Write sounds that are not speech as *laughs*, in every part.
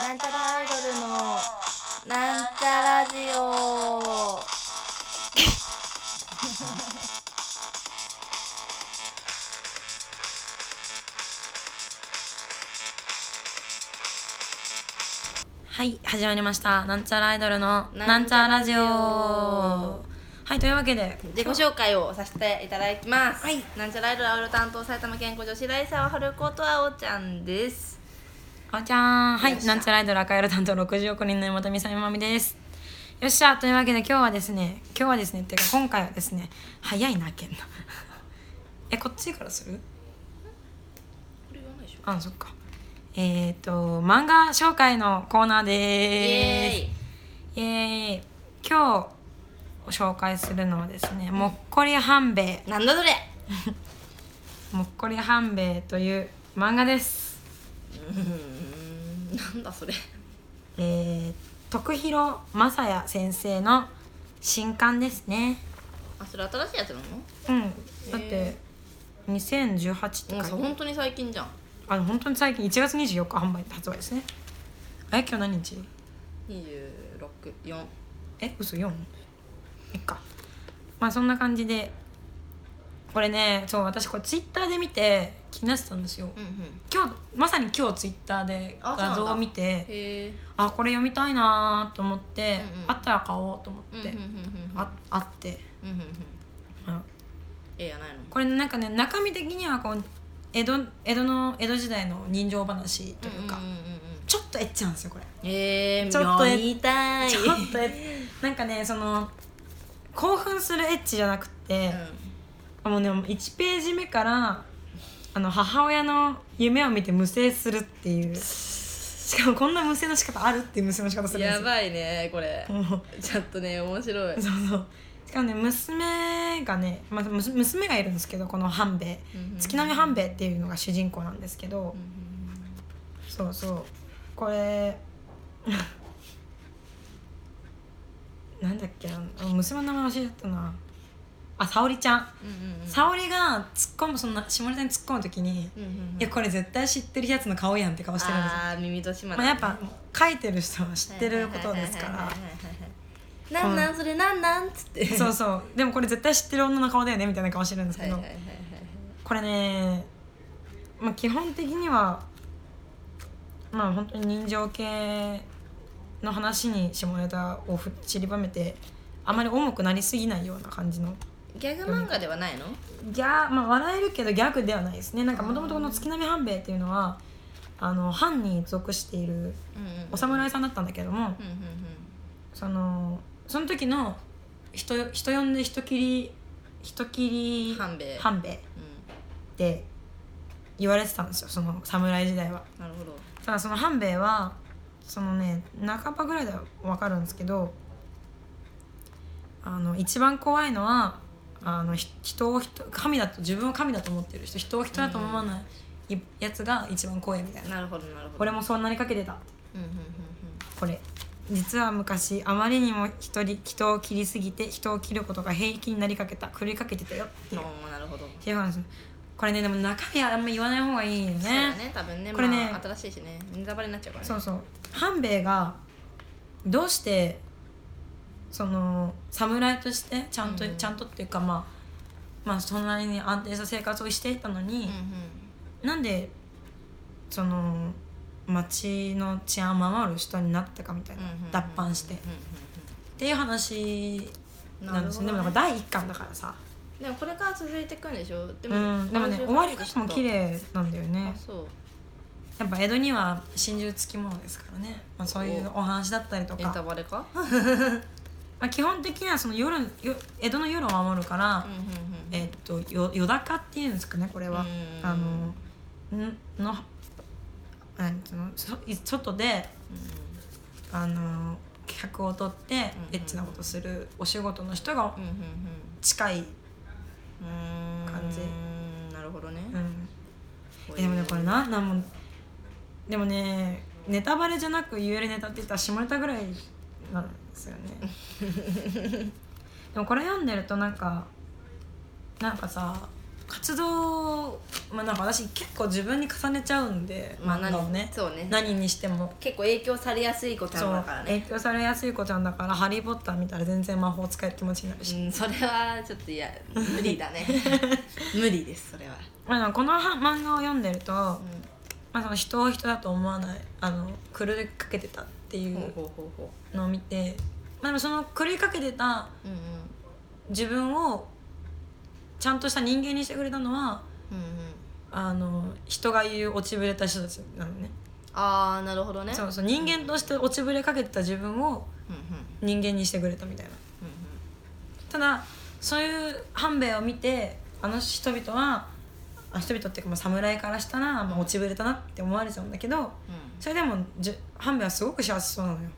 なんちゃらアイドルのなんちゃラジオはい始まりましたなんちゃらアイドルのななんんちちゃらゃらララジジオオはいというわけで自己紹介をさせていただきますはいなんちゃらアイドルアイドル担当埼玉県子女子大沢春子とあおちゃんですあおちゃんはよっしいゃなんちゃらアイドル赤色担当60億人の山田美沙まみですよっしゃというわけで今日はですね今日はですねっていうか今回はですね早いなけんな *laughs* えこっちからするこれ言わないでしょあそっかえっ、と漫画紹介のコーナーでイーすエイエーイ今日紹介するのはですねもっこり半兵衛ーイなんだそれもっこり半兵衛という漫画です。うーんなんだそれえー、徳弘正也先生の新刊ですね。あそれ新しいやつなのうん。だってへ2018もうっさて書いてある本当に最近じゃんあの本当に最近1月24日販売発売ですね。え今日何日？ 264え嘘4？いっか。まあそんな感じで。これね、そう私これツイッターで見て気になってたんですよう。んうん今日まさに今日ツイッターであそうなん画だ像を見て。へえあこれ読みたいなと思って、うんうんあったら買おうと思うんっうんうて、んうんああって、うんうんうんうんええやないのこれなんかね中身的にはこう江戸江戸の江戸時代の人情話というか、んんんうんちょっとエッチなんですよこれ、えー、ちょっと読みたいちょっと *laughs* エッチなんかねその興奮するエッチじゃなくて、もうね1ページ目からあの母親の夢を見て無精するっていうしかもこんな無精の仕方あるっていう無精の仕方すうん、るんですやよばいねこれもうちょっとね面白いそうそうしかもね娘がね、まあ、むす娘がいるんですけどこの半兵衛月並み半兵衛っていうのが主人公なんですけど、そうそうこれなんだっけなあの娘の名前忘れちゃったなあ沙織ちゃん、沙織が突っ込むそんな下ネタに突っ込む時に、いやこれ絶対知ってるやつの顔やんって顔してるんですよ、ああー耳と島まあ、やっぱ書いてる人は知ってることですかららなんなんそれなんなんつってそううそうでもこれ絶対知ってる女の顔だよねみたいな顔してるんですけはいど、はいはいはいこれね、まあ、基本的にはまあ本当に人情系の話に下ネタをふ散りばめてあまり重くなりすぎないような感じのギャグ漫画ではないのギャーまあ笑えるけどギャグではないですねなんかもともとこの月並み半兵衛っていうのはあの藩に属しているお侍さんだったんだけどもうんうんそのその時の人人呼んで人切り人切うりん半兵衛半兵衛うって言われてたんですよその侍時代はんなるほどただその半兵衛はそのね半ばぐらいでは分かるんですけどあの一番怖いのはあのひ人を人神だと自分を神だと思ってる人人を人だと思わないいやつが一番怖いみたいな、なるほどなるほど俺もそうなりかけてたうんうんうんこれ実は昔あまりにも人に人を切りすぎて人を切ることが平気になりかけた狂いかけてたよっていううんおーなるほどっていう話これねでも中身はあんま言わない方がいいよねそうだね多分ねこれねまあ新しいしねネタバレになっちゃうからねそうそう半兵衛がどうしてその侍としてちゃんと、うんちゃんとっていうかまあまあそんなに安定した生活をしていたのにうん、なんでその町の治安を守る人になったかみたいな、うん脱藩して、っうんうんていう話うんなんですよ、ね、でもなんか第一巻だからさでもこれから続いていくんでしょででも,、うん、でもね終わり方も綺ね麗なんだよねあそうやっぱ江戸には真珠つきものですからね、まあ、そういうお話だったりとネかタバレかまあ、基本的にはその夜よ江戸の夜を守るから、うんうんうんえっとよ夜高っていうんですかねこれは、うんあのんのなんつうのそい外でうあの客を取ってうんエッチなことするお仕事の人がんうんうん近い、うんうんうーん感じなるほどねうん、こうえいでうもねこれななんもでもねネタバレじゃなく言えるネタって言ったら下ネタぐらいなんですよね *laughs* でもこれ読んでるとなんかなんかさ活動まあなんか私結構自分に重ねちゃうんでまあ漫画を何ねそうね何にしても結構影響されやすい子ちゃんだからね影響されやすい子ちゃんだから「ハリー・ポッター」見たら全然魔法使える気持ちになるし、うんそれはちょっといや無理 *laughs* だね無理ですそれは、まあ、でもこのは漫画を読んでると、うまんあ、その人を人だと思わないあの狂いかけてたっていほううほうほうほのを見て、まあ、でもその狂いかけてたううんうん自分をちゃんとした人間にしてくれたのはうんうんあの人が言う落ちぶれた人たちなのねああなるほどねそうそう人間として落ちぶれかけてた自分をうんうん人間にしてくれたみたいなうんただそういう半兵衛を見てあの人々はあ人々っていうかまあ侍からしたら、まあ、落ちぶれたなって思われちゃうんだけどうんうんそれでもじゅ半兵衛はすごく幸せそうなのよ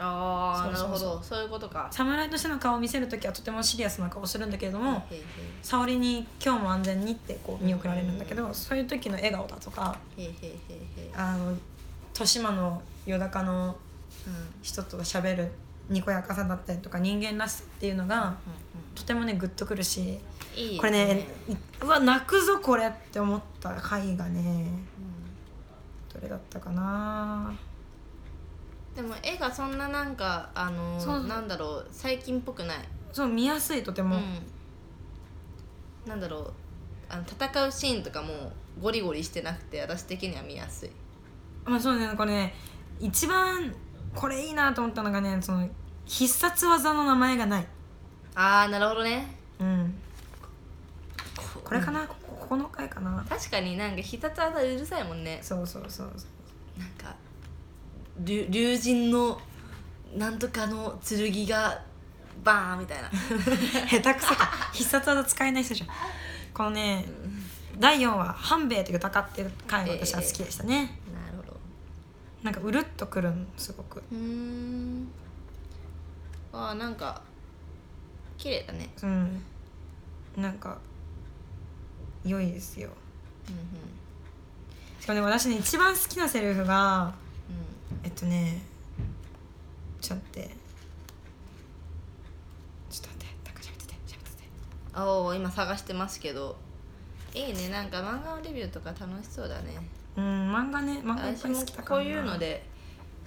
ああなそるうそほうそうどそういうことか侍としての顔を見せる時はとてもシリアスな顔をするんだけれども、へい沙織に「今日も安全に」ってこう見送られるんだけど、うんそういう時の笑顔だとかへいへいへいへいへいあの豊島の夜中のうんうん人と喋るにこやかさだったりとか人間らしさっていうのがとてもねグッとくるしうんいいですこれねいうわ泣くぞこれって思った回がねうんどれだったかなでも絵がそんななんかあのそうなんだろう最近っぽくないそう見やすいとてうも、んなんだろうあの戦うシーンとかもゴリゴリしてなくて私的には見やすいまあそうねこれね一番これいいなと思ったのがねその必殺技の名前がない、ああなるほどねうん、これかな、こここの回かな確かになんか必殺技うるさいもんねそうそうそうそうなんか竜竜神のなんとかの剣がバーンみ *laughs* たいな *laughs* 下手くそか必殺技使えない人じゃんこのね、第4話「半兵衛と戦ってる回が私は好きでしたね、なるほどなんかうるっとくるのすごくうーんあーなんか綺麗だねうんなんか良いですようんしかもね私ね一番好きなセリフがうんえっとねちょっと待ってちょっと待ってなんか喋ってて喋っててうんあお今探してますけどいいねなんか漫画のレビューとか楽しそうだねうん漫画ね漫画いっ私ぱいも好きだかこらうないうので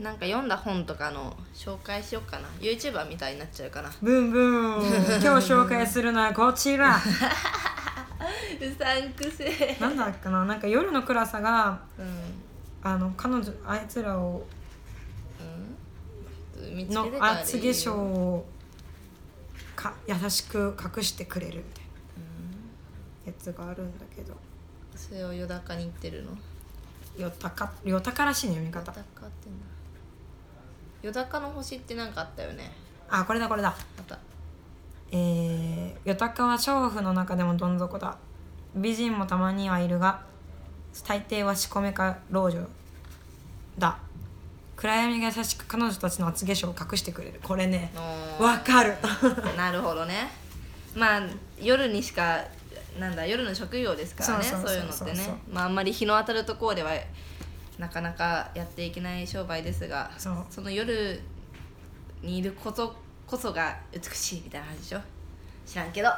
なんか読んだ本とかの紹介しようかな YouTuber みたいになっちゃうかなうブンブ *laughs* ン今日紹介するのはこちらさんくせえなんだっけななんか夜の暗さがうんあの彼女あいつらをうん見つけのてたらいいよ厚化粧をか優しく隠してくれるみたいなやつがあるんだけどそれをよだかに言ってるのよたかよたからしいね読みよだ方かってなよだかの星ってなんかあったよねあこれだこれだまたえー、よたかは娼婦の中でもどん底だ美人もたまにはいるが大抵は仕込めか老女だ暗闇が優しく彼女たちの厚化粧を隠してくれるこれねわかるなるほどねまあ夜にしかなんだ夜の職業ですからねそうそうそういうのっそうてそうそうねまああんまり日の当たるところではなかなかやっていけない商売ですがそうの夜にいることこそが美しいみたいな話でしょ知らんけど違う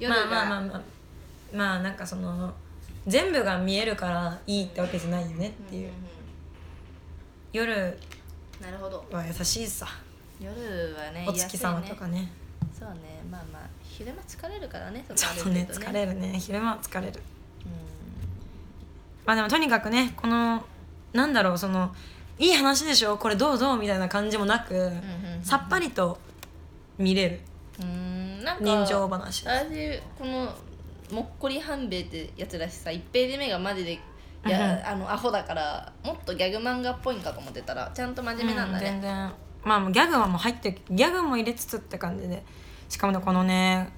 夜まが、あ *laughs* まあまあまあまあなんかその全部が見えるからいいってわけじゃないよねっていう、うんうん夜うんなるほどは優しいさ夜はねお月様居やすいねとかねそうねまあまあ昼間疲れるからねそこちょっと歩ねいてる疲れるね昼間は疲れるうんまあでもとにかくねこのなんだろうそのいい話でしょこれどうぞみたいな感じもなく、うんうんさっぱりと見れるうーんなんか人情話です私このもっこり半兵衛ってやつらしさ1ページ目がマジでいや、あのアホだからもっとギャグ漫画っぽいんかと思ってたらちゃんと真面目なんだう全ね、然まあもうギャグはもう入ってギャグも入れつつって感じでしかもねこのね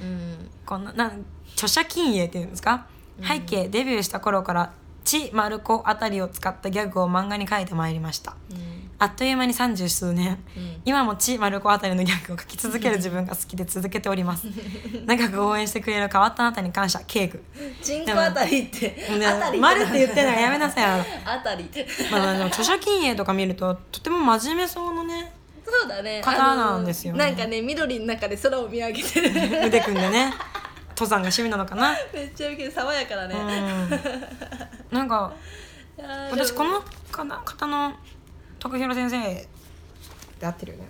うんこんななん著者金鋭っていうんですか、背景デビューした頃から「ち」「まるこ」あたりを使ったギャグを漫画に書いてまいりましたうんあっという間に三十数年うん今も「ち」「まるこ」あたりのギャグを書き続ける自分が好きで続けております *laughs* 長く応援してくれる変わったあなたに感謝敬具人口あたりってねあたり丸って言ってないやめなさいあのあたりまあ、でも著者金鋭とか見るととても真面目そうなねそうだね方なんですよねあのなんかね緑の中で空を見上げてる腕組んで *laughs* ね登山が趣味なのかな、めっちゃ見てる爽やかだうね、ん、なんかあー私でこものかな方の徳弘先生って合ってるよね、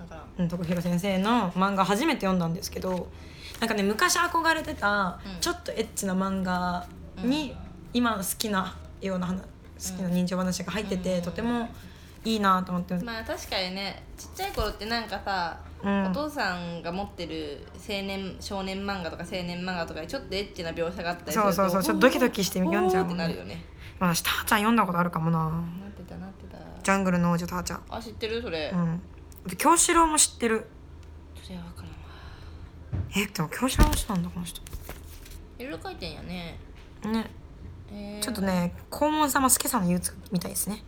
だからうん、徳弘先生の漫画初めて読んだんですけどなんかね昔憧れてた、うんちょっとエッチな漫画に、今好きなような話好きな人情話が入ってて、うんとてもいいなと思って、うんまあ確かにねちっちゃい頃ってなんかさ、お父さんが持ってる青年少年漫画とか青年漫画とかにちょっとエッチな描写があったりするそうそうそうちょっとドキドキして読んじゃうももん、んね、ねってなるよねまあ私ターちゃん読んだことあるかもななってたなってジたャングルの王女ターちゃんあ知ってるそれ、うんあと京志郎も知ってるそれは分からんわえでも京志郎も知ったんだこの人いろいろ書いてんやね、ねえー、ちょっとね黄門様助さんの憂鬱みたいですね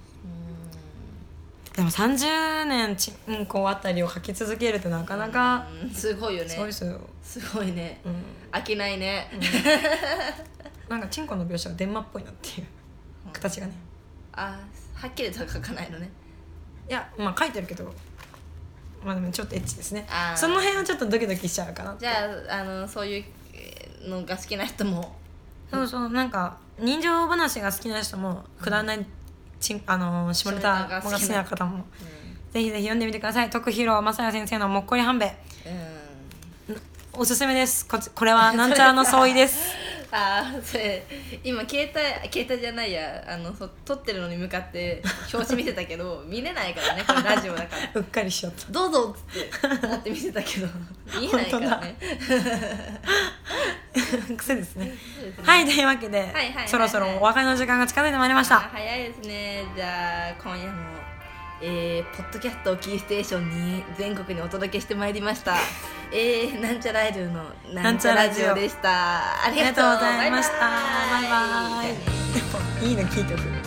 うでも30年ちんこあたりを書き続けるってなかなかーんうんすごいよすごいでねすよ、すごいねうん、飽きないね、なんかちんこの描写がデンマっぽいなっていう形がねあはっきりとは書かないのねいやまあ書いてるけどまあでもちょっとエッチですねあーその辺はちょっとドキドキしちゃうかなってじゃああのそういうえーのが好きな人もそうそうなんか人情話が好きな人もくだらないちんあのー下ネタが好きな方もうぜひぜひ読んでみてください徳弘正也先生の「もっこり半兵衛ん、うん、」おすすめですこっちこれはなんちゃらの相違ですあーそれ今携帯携帯じゃないやあのそ撮ってるのに向かって表紙見せたけど見れないからねこれラジオだから *laughs* うっかりしち *laughs* ゃったどうぞっつって思って見せたけど見えないからね癖ですねそうですねはいというわけで、はいはいそろそろお別れの時間が近づいてまいりました、あー早いですねじゃあ今夜も、えーポッドキャストをキーステーションに全国にお届けしてまいりました *laughs* えー、なんちゃらアイドルのなんちゃらラジオでしたあありりががととううごござざいいままししたたバイバイじゃあねでもいいの聞いておく